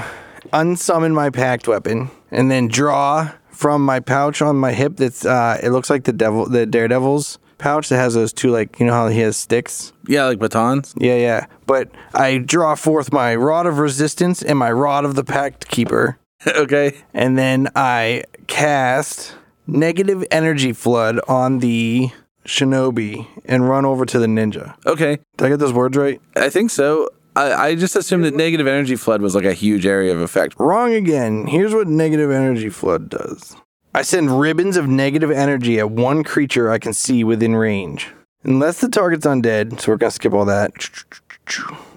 unsummon my packed weapon and then draw from my pouch on my hip. That's uh, it looks like the devil, the daredevil's pouch that has those two like you know how he has sticks. Yeah, like batons. [laughs] Yeah, yeah. But I draw forth my rod of resistance and my rod of the pact keeper, okay. and then I cast negative energy flood on the shinobi and run over to the ninja. Okay. Did I get those words right? I think so. I, I just assumed that negative energy flood was like a huge area of effect. Wrong again. Here's what negative energy flood does. I send ribbons of negative energy at one creature I can see within range. Unless the target's undead, so we're gonna skip all that.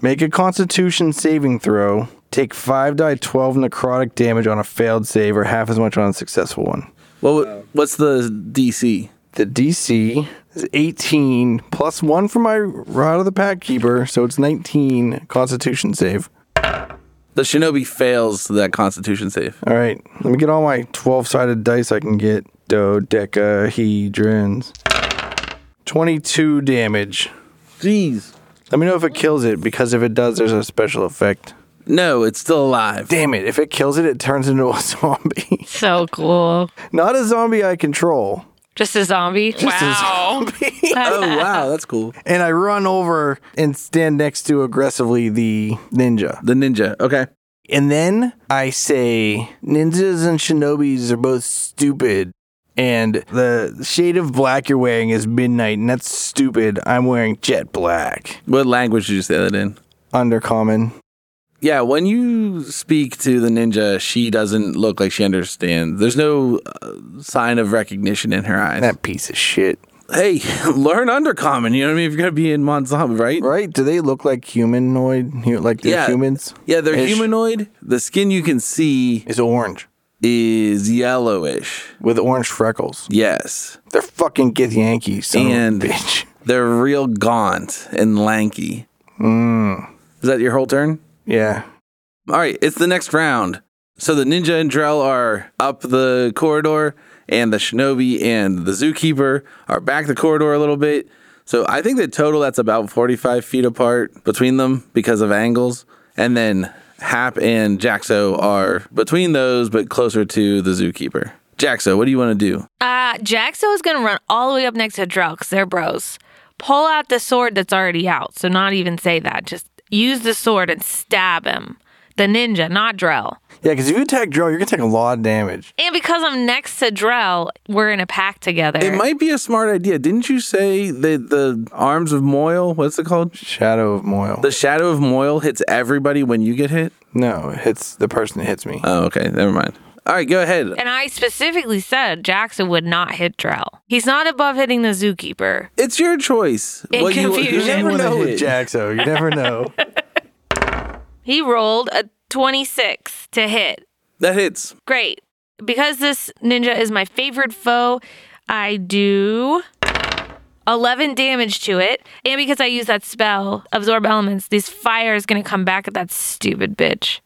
Make a constitution saving throw. Take 5 die 12 necrotic damage on a failed save or half as much on a successful one. Well, what's the DC? The DC is 18 plus 1 for my Rod of the Pack Keeper, so it's 19 constitution save. The shinobi fails that constitution save. All right, let me get all my 12 sided dice I can get. Dodecahedrons. 22 damage. Jeez. Let me know if it kills it because if it does, there's a special effect. No, it's still [laughs] alive. Damn it. If it kills it, it turns into a [laughs] zombie. So cool. Not a zombie I control. Just a zombie. Wow. Oh wow, that's cool. [laughs] And I run over and stand next to aggressively the ninja. The ninja. Okay. And then I say, ninjas and shinobis are both stupid. And the shade of black you're wearing is midnight, and that's stupid. I'm wearing jet black. What language did you say that in? Undercommon. Yeah, when you speak to the ninja, she doesn't look like she understands. There's no uh, sign of recognition in her eyes. That piece of shit. hey, [laughs] learn undercommon. You know what I mean? If you're gonna be in Monzam, right? Right? Do they look like humanoid? hu- Like they're Yeah. humans? Yeah, they're Ish. humanoid. The skin you can see It's orange is yellowish. with orange freckles. Yes, They're fucking get Yankee, son And- and of a bitch. they're real gaunt and lanky. Is that your whole turn? Mm. Yeah. All right, it's the next round. So the ninja and Drell are up the corridor, and the shinobi and the zookeeper are back the corridor a little bit. So I think the total that's about 45 feet apart between them because of angles. And then Hap and Jaxo are between those, but closer to the zookeeper. Jaxo, what do you want to do? Uh, Jaxo is going to run all the way up next to Drell because they're bros. Pull out the sword that's already out. So, not even say that. Just use the sword and stab him. The ninja, not Drell. Yeah, because if you attack Joe, you're going to take a lot of damage. And because I'm next to Drell, we're in a pack together. It might be a smart idea. Didn't you say that the arms of Moyle, what's it called? Shadow of Moyle. The shadow of Moyle hits everybody when you get hit? no, it hits the person that hits me. Oh, okay. Never mind. All right, go ahead. and I specifically said Jackson would not hit Drell. He's not above hitting the zookeeper. It's your choice. In you confusion. never wanna know hit. with Jaxo. You [laughs] never know. He rolled a 26 to hit. That hits. Great. Because this ninja is my favorite foe, I do 11 damage to it. And because I use that spell, Absorb Elements, this fire is going to come back at that stupid bitch.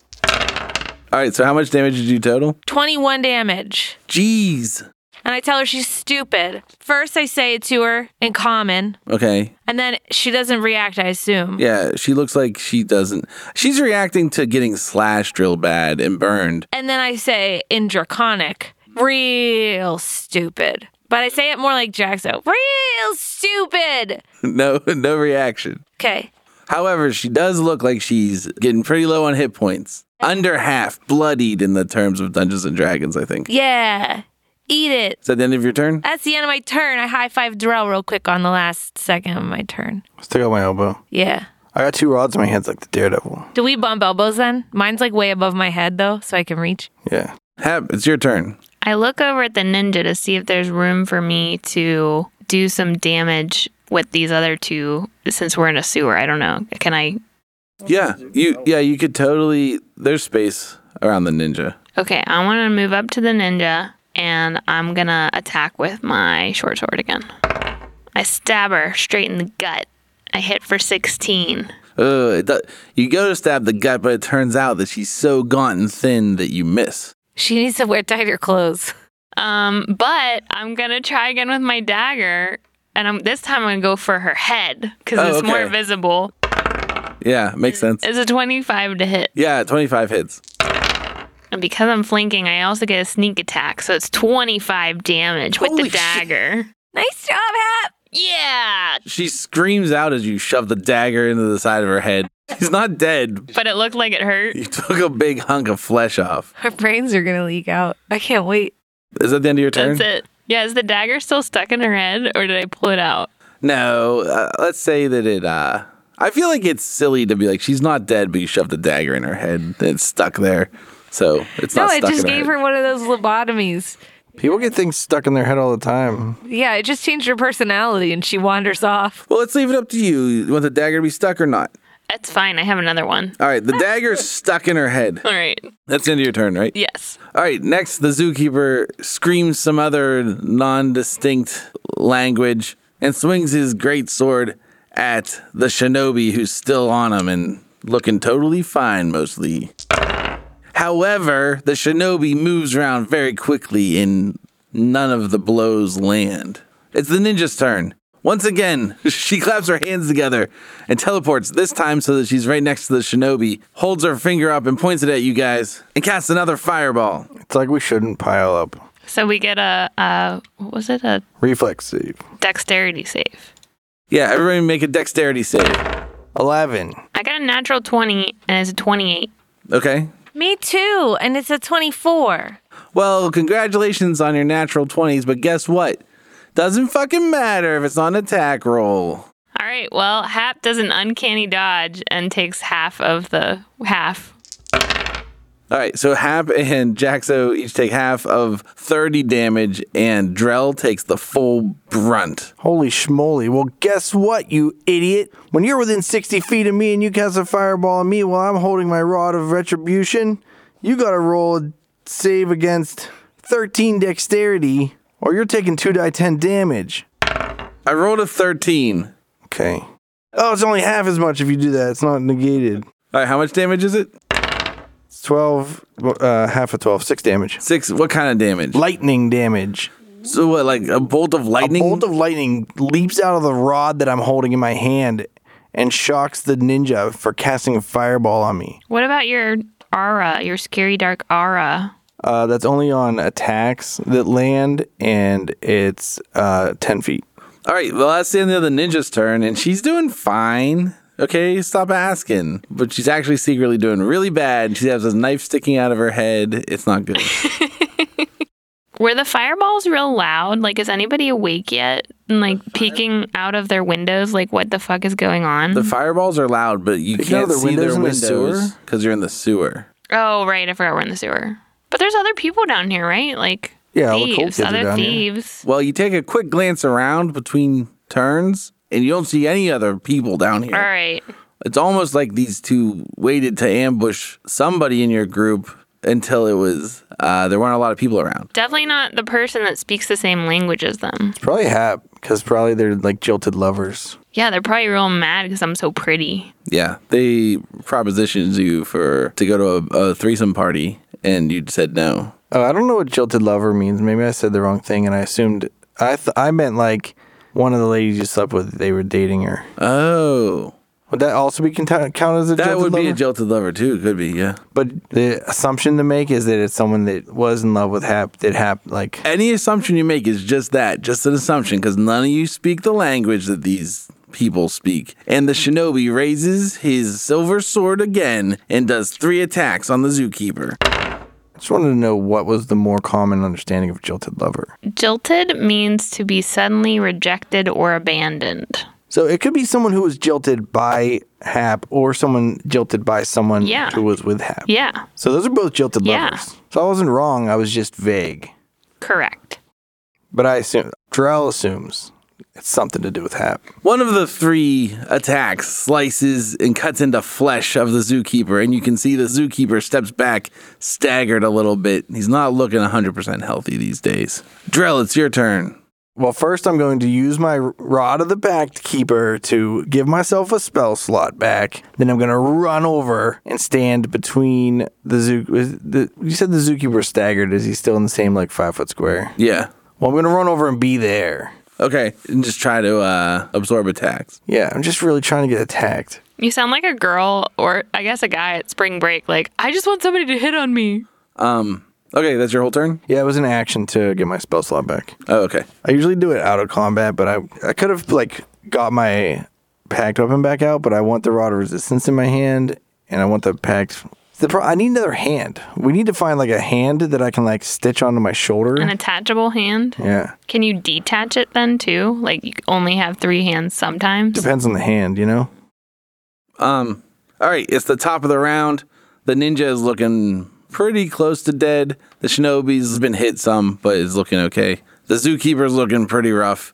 All right, so how much damage did you total? 21 damage. Jeez. And I tell her she's stupid. First, I say it to her in common, Okay. and then she doesn't react, I assume. Yeah, she looks like she doesn't. She's reacting to getting slashed real bad and burned. [laughs] And then I say in draconic, real stupid. But I say it more like Jaxo, real stupid. No, no reaction. Okay. However, she does look like she's getting pretty low on hit points. Under half, bloodied in the terms of Dungeons and Dragons, I think. Yeah. Eat it. Is that the end of your turn? That's the end of my turn. I high five Darrell real quick on the last second of my turn. Let's take out my elbow. Yeah. I got two rods in my hands like the daredevil. Do we bump elbows then? Mine's like way above my head though, so I can reach. Yeah. Hap, it's your turn. I look over at the ninja to see if there's room for me to do some damage with these other two since we're in a sewer. I don't know. Can I? Yeah, you. Yeah, you could totally. There's space around the ninja. Okay, I want to move up to the ninja and I'm going to attack with my short sword again. I stab her straight in the gut. I hit for 16. Ugh, it do- you go to stab the gut, but it turns out that she's so gaunt and thin that you miss. She needs to wear tighter clothes. [laughs] Um, but I'm going to try again with my dagger and I'm this time I'm going to go for her head cuz Oh, it's more okay. visible. Yeah, makes Mm, sense. It's a 25 to hit. Yeah, 25 hits. And because I'm flanking, I also get a sneak attack, so it's 25 damage with Holy the shit. dagger. Nice job, Hap. Yeah, She screams out as you shove the dagger into the side of her head. She's not dead. but it looked like it hurt. You took a big hunk of flesh off. Her brains are gonna leak out. I can't wait. Is that the end of your turn? That's it. Yeah, is the dagger still stuck in her head, or did I pull it out? No, uh, let's say that it. uh I feel like it's silly to be like she's not dead, but you shoved the dagger in her head. and It's stuck there, so it's No, not. I stuck just in gave head. her one of those lobotomies. People get things stuck in their head all the time. Yeah, it just changed her personality and she wanders off. Well, let's leave it up to you. You want the dagger to be stuck or not? That's fine. I have another one. [laughs] All right, the dagger's stuck in her head. All right. That's the end of your turn, right? Yes. All right, next, the zookeeper screams some other non distinct language and swings his great sword at the shinobi who's still on him and looking totally fine mostly. However, the shinobi moves around very quickly and none of the blows land. It's the ninja's turn. Once again, [laughs] she claps her hands together and teleports, this time so that she's right next to the shinobi, holds her finger up and points it at you guys, and casts another fireball. It's like we shouldn't pile up. So we get a, uh, what was it? A Reflex save. dexterity save. Yeah, everybody make a dexterity save. 11. I got a natural 20 and it's a 28. Okay. Me too. And it's a 24. Well, congratulations on your natural 20s, but guess what? Doesn't fucking matter if it's on attack roll. All right. Well, Hap does an uncanny dodge and takes half of the half. All right, so Hap [laughs] and Jaxo each take half of 30 damage, and Drell takes the full brunt. Holy schmoly. Well, guess what, you idiot? When you're within 60 feet of me and you cast a fireball on me while I'm holding my rod of retribution, you gotta roll a save against 13 dexterity or you're taking 2 die 10 damage. I rolled a 13. Okay. Oh, it's only half as much if you do that. It's not negated. All right, how much damage is it? It's 12, uh, half of 12, 6 damage. Six. What kind of damage? Lightning damage. So what, like a bolt of lightning? A bolt of lightning leaps out of the rod that I'm holding in my hand and shocks the ninja for casting a fireball on me. What about your aura, your scary dark aura? Uh, that's only on attacks that land, and it's uh, 10 feet. All right, well, that's the end of the ninja's turn, and she's doing fine. Okay, stop asking. But she's actually secretly doing really bad. She has this knife sticking out of her head. It's not good. Were the fireballs real loud? Like, is anybody awake yet? And like peeking out of their windows, like, what the fuck is going on? the fireballs are loud, but you Picking out can't their see windows their in the sewer? windows because you're in the sewer. oh, right. I forgot we're in the sewer. But there's other people down here, right? Like, Yeah, all the cool thieves, kids are other down here. thieves. Well, you take a quick glance around between turns, and you don't see any other people down here. All right. It's almost like these two waited to ambush somebody in your group until it was uh, there weren't a lot of people around. Definitely not the person that speaks the same language as them. It's probably Hap, because probably they're like jilted lovers. Yeah, they're probably real mad because I'm so pretty. Yeah, they propositioned you for to go to a, a threesome party, and you said no. Oh, I don't know what jilted lover means. Maybe I said the wrong thing, and I assumed I th- I meant like one of the ladies you slept with. They were dating her. Oh, Would that also be cont- counted as a that jilted would lover? be a jilted lover too. Could be, yeah. But the assumption to make is that it's someone that was in love with Hap that Hap like Any assumption you make is just that, just an assumption, because none of you speak the language that these people speak. And the shinobi raises his silver sword again and does three attacks on the zookeeper. I just wanted to know what was the more common understanding of jilted lover. Jilted means to be suddenly rejected or abandoned. So it could be someone who was jilted by Hap or someone jilted by someone Yeah. who was with Hap. Yeah, So those are both jilted Yeah. lovers. So I wasn't wrong, I was just vague. correct. But I assume Drell assumes it's something to do with Hap. One of the three attacks slices and cuts into flesh of the zookeeper, and you can see the zookeeper steps back, staggered a little bit. He's not looking 100% healthy these days. Drell, it's your turn. Well, first I'm going to use my Rod of the Pact Keeper to give myself a spell slot back. Then I'm going to run over and stand between the zoo. is The, you said the zookeeper staggered. Is he still in the same like five foot square? Yeah. Well, I'm going to run over and be there. Okay. And just try to uh, absorb attacks. Yeah, I'm just really trying to get attacked. You sound like a girl, or I guess a guy at spring break. Like, I just want somebody to hit on me. Um. Okay, that's your whole turn? Yeah, it was an action to get my spell slot back. Oh, okay. I usually do it out of combat, but I I could have like got my packed weapon back out, but I want the rod of resistance in my hand, and I want the packed. The pro- I need another hand. We need to find like a hand that I can like stitch onto my [laughs] An shoulder. attachable hand? Yeah, Can you detach it then, too? Like, you only have three hands sometimes? depends on the hand, you know. Um. All right. It's the top of the round. The ninja is looking pretty close to dead. The shinobi's been hit some, but is looking okay. The zookeeper's looking pretty rough.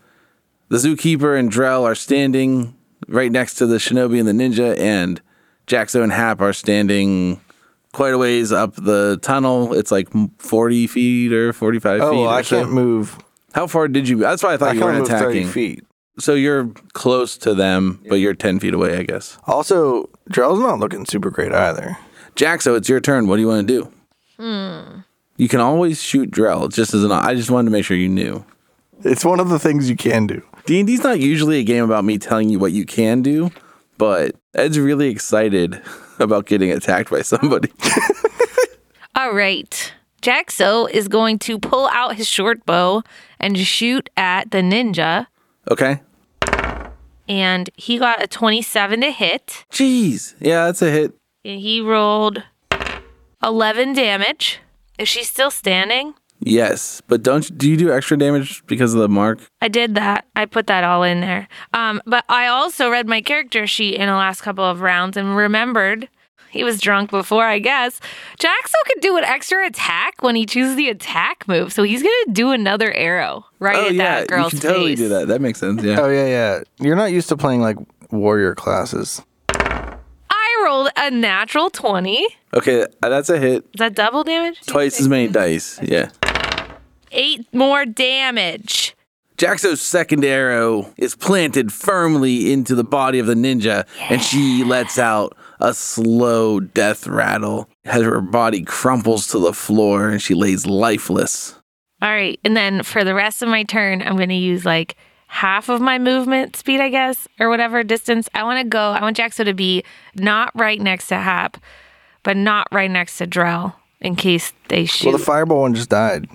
The zookeeper and Drell are standing right next to the shinobi and the ninja, and Jaxo and Hap are standing quite a ways up the tunnel. It's like 40 feet or 45 feet. Oh, well, or I so. can't move. How far did you? That's why I thought I you can only weren't move thirty attacking. feet. So you're close to them, but you're 10 feet away, I guess. Also, Drell's not looking super great either. Jaxo, it's your turn. What do you want to do? Hmm. You can always shoot Drell. Just as an, I just wanted to make sure you knew. It's one of the things you can do. D&D's not usually a game about me telling you what you can do, but Ed's really excited [laughs] about getting attacked by somebody. [laughs] All right. Jaxo is going to pull out his short bow and shoot at the ninja. okay? And he got a 27 to hit. Jeez. Yeah, that's a hit. And he rolled 11 damage. Is she still standing? Yes, but don't do you do extra damage because of the mark? I did that. I put that all in there. Um, but I also read my character sheet in the last couple of rounds and remembered he was drunk before, I guess. Jaxo could do an extra attack when he chooses the attack move, so he's gonna do another arrow right at that girl's Oh, you can totally face. do that. That makes sense. Yeah. [laughs] Oh yeah, yeah. You're not used to playing like warrior classes. I rolled a natural twenty. Is Okay, uh, that's a hit. that double damage? Twice as many dice. Yeah. Eight more damage. Jaxo's second arrow is planted firmly into the body of the ninja, and she lets out a slow death rattle as her body crumples to the floor and she lays lifeless. All right, and then for the rest of my turn, I'm going to use like half of my movement speed, I guess, or whatever distance. I want to go. I want Jaxo to be not right next to Hap, but not right next to Drell in case they shoot. Well, the fireball one just died.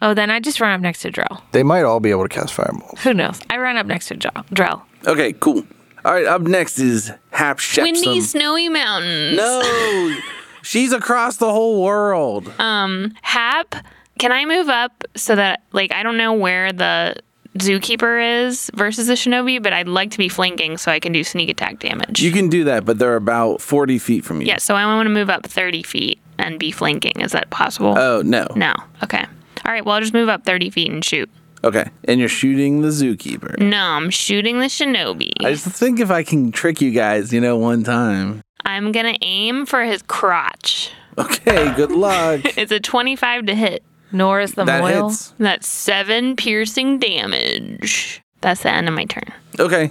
oh, then I just run up next to Drell. They might all be able to cast fireballs. Who knows? I run up next to Jo- Drell. Okay, cool. All right, up next is Hap Shepsum. Windy, snowy mountains. No, she's across the whole world. Um, Hap, can I move up so that like I don't know where the zookeeper is versus the shinobi, but I'd like to be flanking so I can do sneak attack damage. You can do that, but they're about 40 feet from you. yeah, so I want to move up thirty feet and be flanking. Is that possible? Oh, no. no. Okay. All right. Well, I'll just move up thirty feet and shoot. Okay, and you're shooting the zookeeper. No, I'm shooting the shinobi. I just think if I can trick you guys, you know, one time. I'm gonna aim for his crotch. Okay, good luck. It's a twenty-five to hit. Nora's the that Moyle. hits. That's seven piercing damage. That's the end of my turn. Okay.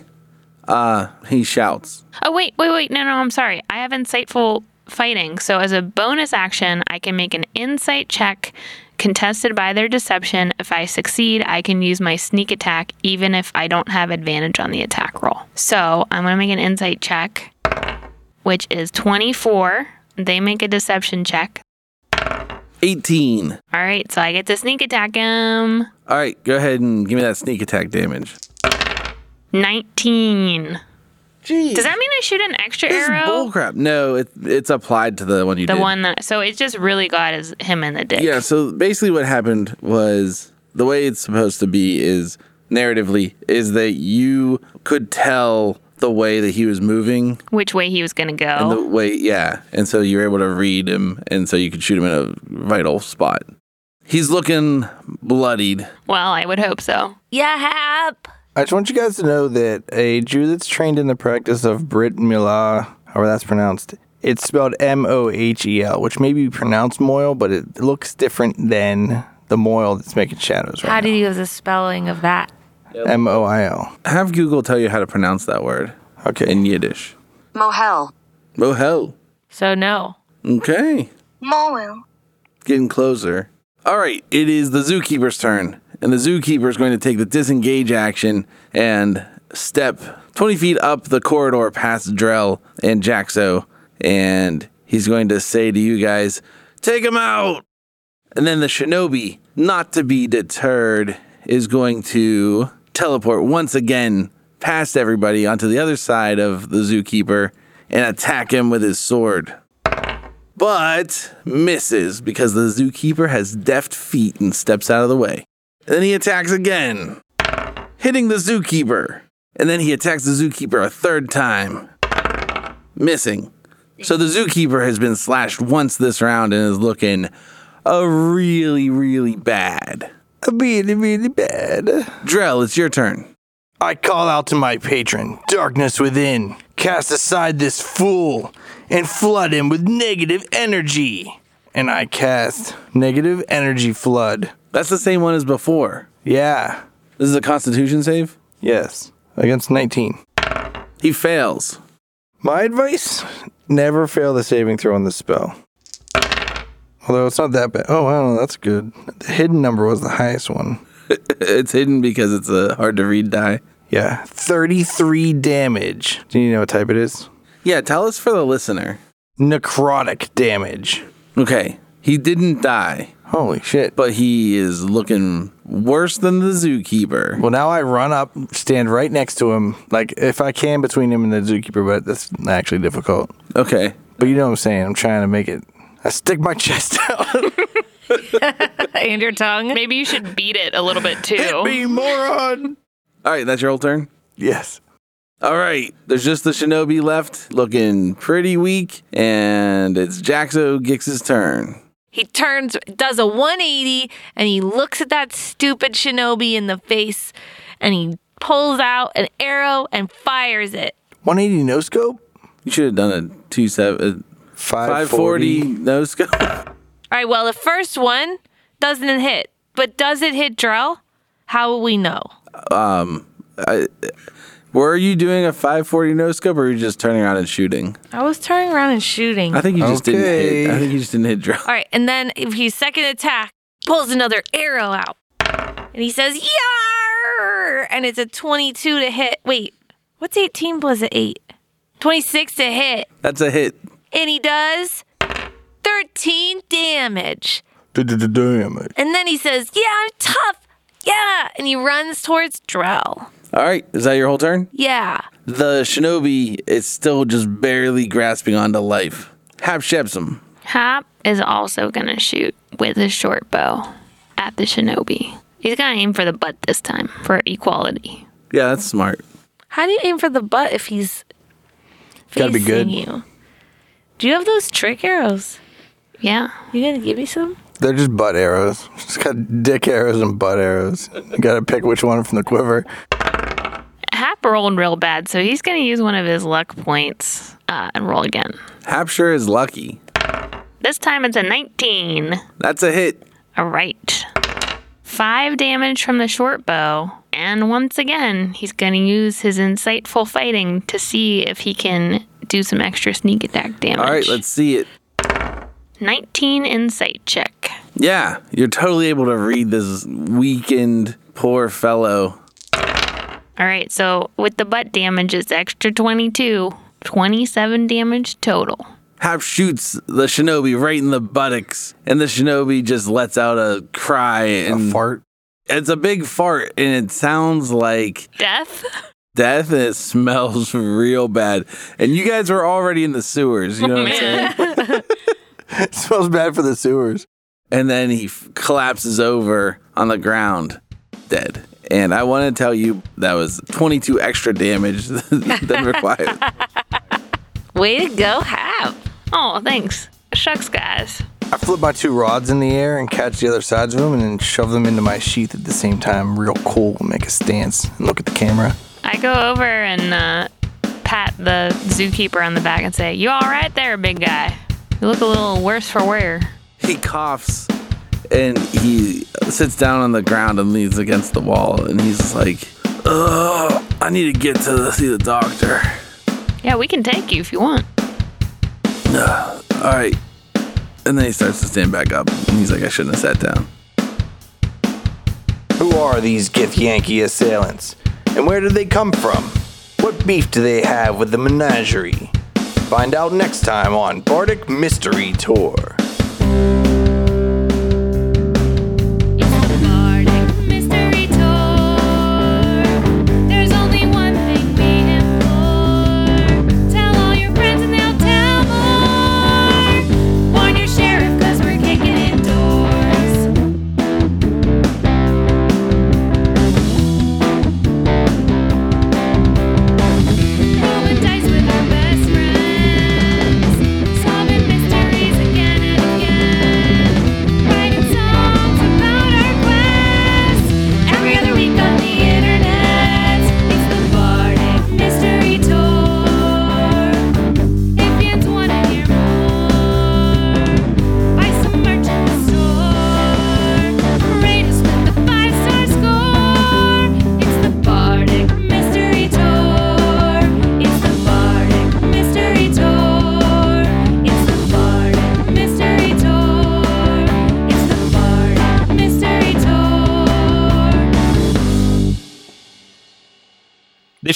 Uh, he shouts. Oh wait, wait, wait! No, no, I'm sorry. I have insightful fighting. So as a bonus action, I can make an insight check contested by their deception. If I succeed, I can use my sneak attack, even if I don't have advantage on the attack roll. So I'm gonna make an insight check, which is 24. They make a deception check. 18. All right, so I get to sneak attack him. All right, go ahead and give me that sneak attack damage. 19. Jeez. Does that mean I shoot an extra this is arrow? bullcrap. No, it, it's applied to the one you the did. one that so it just really got his, him in the dick. Yeah, so basically what happened was the way it's supposed to be is narratively is that you could tell the way that he was moving Which way he was gonna go? and the way yeah, and so you're able to read him and so you could shoot him in a vital spot. He's looking bloodied. Well, I would hope so. Yeah, Hap. I just want you guys to know that a Jew that's trained in the practice of Brit Milah, however that's pronounced, it's spelled M O H E L, which may be pronounced Moyle, but it looks different than the Moyle that's making shadows How right did you have the spelling of that? M O I L. Have Google tell you how to pronounce that word Okay. in Yiddish. Mohel. Oh hell. So no. [laughs] Okay. Moel. Getting closer. All right, it is the zookeeper's turn, and the zookeeper is going to take the disengage action and step 20 feet up the corridor past Drell and Jaxo, and he's going to say to you guys, "Take him out!" And then the shinobi, not to be deterred, is going to teleport once again past everybody onto the other side of the zookeeper and attack him with his sword but misses because the zookeeper has deft feet and steps out of the way. Then he attacks again, hitting the zookeeper. And then he attacks the zookeeper a third time, missing. So the zookeeper has been slashed once this round and is looking uh, really, really bad. Really, really bad. Drell, it's your turn. I call out to my patron, darkness within. Cast aside this fool and flood him with negative energy. And I cast negative energy flood. That's the same one as before. Yeah. This is a constitution save. Yes. Against 19. He fails. [laughs] My advice never fail the saving throw on this spell. Although it's not that bad. Oh, wow, that's good. The hidden number was the highest one. It's hidden because it's a hard to read die. Yeah, 33 damage. Do you know what type it is? Yeah, tell us for the listener. Necrotic damage. Okay, he didn't die, Holy shit. but he is looking worse than the zookeeper. Well, now I run up, stand right next to him, like if I can between him and the zookeeper, but that's actually difficult. Okay, But you know what I'm saying? I'm trying to make it. I stick my [laughs] chest out. and your tongue. Maybe you should beat it a little [laughs] bit Hit too. me, moron. all right, that's your whole turn. Yes. All right, there's just the shinobi left, looking pretty weak, and it's Jaxo Gix's turn. He turns, does a 180, and he looks at that stupid shinobi in the face, and he pulls out an arrow and fires it. 180 no scope? You should have done a two seven, five forty no scope. [laughs] All right, well, the first one doesn't hit, but does it hit Drell? How will we know? Were you doing a five forty no scope, or were you just turning around and shooting? I was turning around and shooting. I think you just didn't hit. I Okay. think you just didn't hit drop. All right, and then if his second attack pulls another arrow out, and he says "Yar!" and it's a twenty-two to hit. Wait, what's eighteen plus an eight? Twenty-six to hit, [laughs] That's a hit. and he does thirteen damage. Damage. And then he says, "Yeah, I'm tough." Yeah, and he runs towards Drell. All right, is that your whole turn? Yeah. The shinobi is still just barely grasping onto life. Hap Shepsum. Hop is also gonna shoot with his short bow at the shinobi. He's gonna aim for the butt this time for equality. Yeah, that's smart. How do you aim for the butt if he's facing Gotta be good. you? Do you have those trick arrows? Yeah. You gonna give me some? They're just butt arrows. Just got dick arrows and butt arrows. You gotta pick which one from the quiver. Hap rolled real bad, so he's gonna use one of his luck points uh, and roll again. Hap sure is lucky. This time it's a 19. That's a hit. All right. Five damage from the short bow. And once again, he's going to use his insightful fighting to see if he can do some extra sneak attack damage. All right, let's see it. 19 insight check. Yeah, you're totally able to read this weakened poor fellow. All right, so with the butt damage, it's extra 22. 27 damage total. Hap shoots the shinobi right in the buttocks, and the shinobi just lets out a cry and A fart. It's a big fart, and it sounds like Death? death and it [laughs] smells real bad. And you guys were already in the sewers, you know [laughs] what I'm saying? [laughs] It smells bad for the sewers. And then he f- collapses over on the ground, dead. And I want to tell you that was 22 extra damage [laughs] than required. Way to go, Hap. Oh, thanks. Shucks, guys. I flip my two rods in the air and catch the other sides of them and then shove them into my sheath at the same time, real cool, and make a stance and look at the camera. I go over and uh, pat the zookeeper on the back and say, You all right there, big guy? You look a little worse for wear. he coughs and he sits down on the ground and leans against the wall. And he's like, Ugh, I need to get to see the doctor. Yeah, we can take you if you want. All right. And then he starts to stand back up. And he's like, I shouldn't have sat down. Who are these Gith Yankee assailants? And where did they come from? What beef do they have with the menagerie? Find out next time on Bardic Mystery Tour. Mystery tour. There's only one thing we implore. Tell all your friends and they'll tell more. Warn your sheriff 'cause we're kicking in doors. Rolling dice with our best friends, solving mysteries again and again. This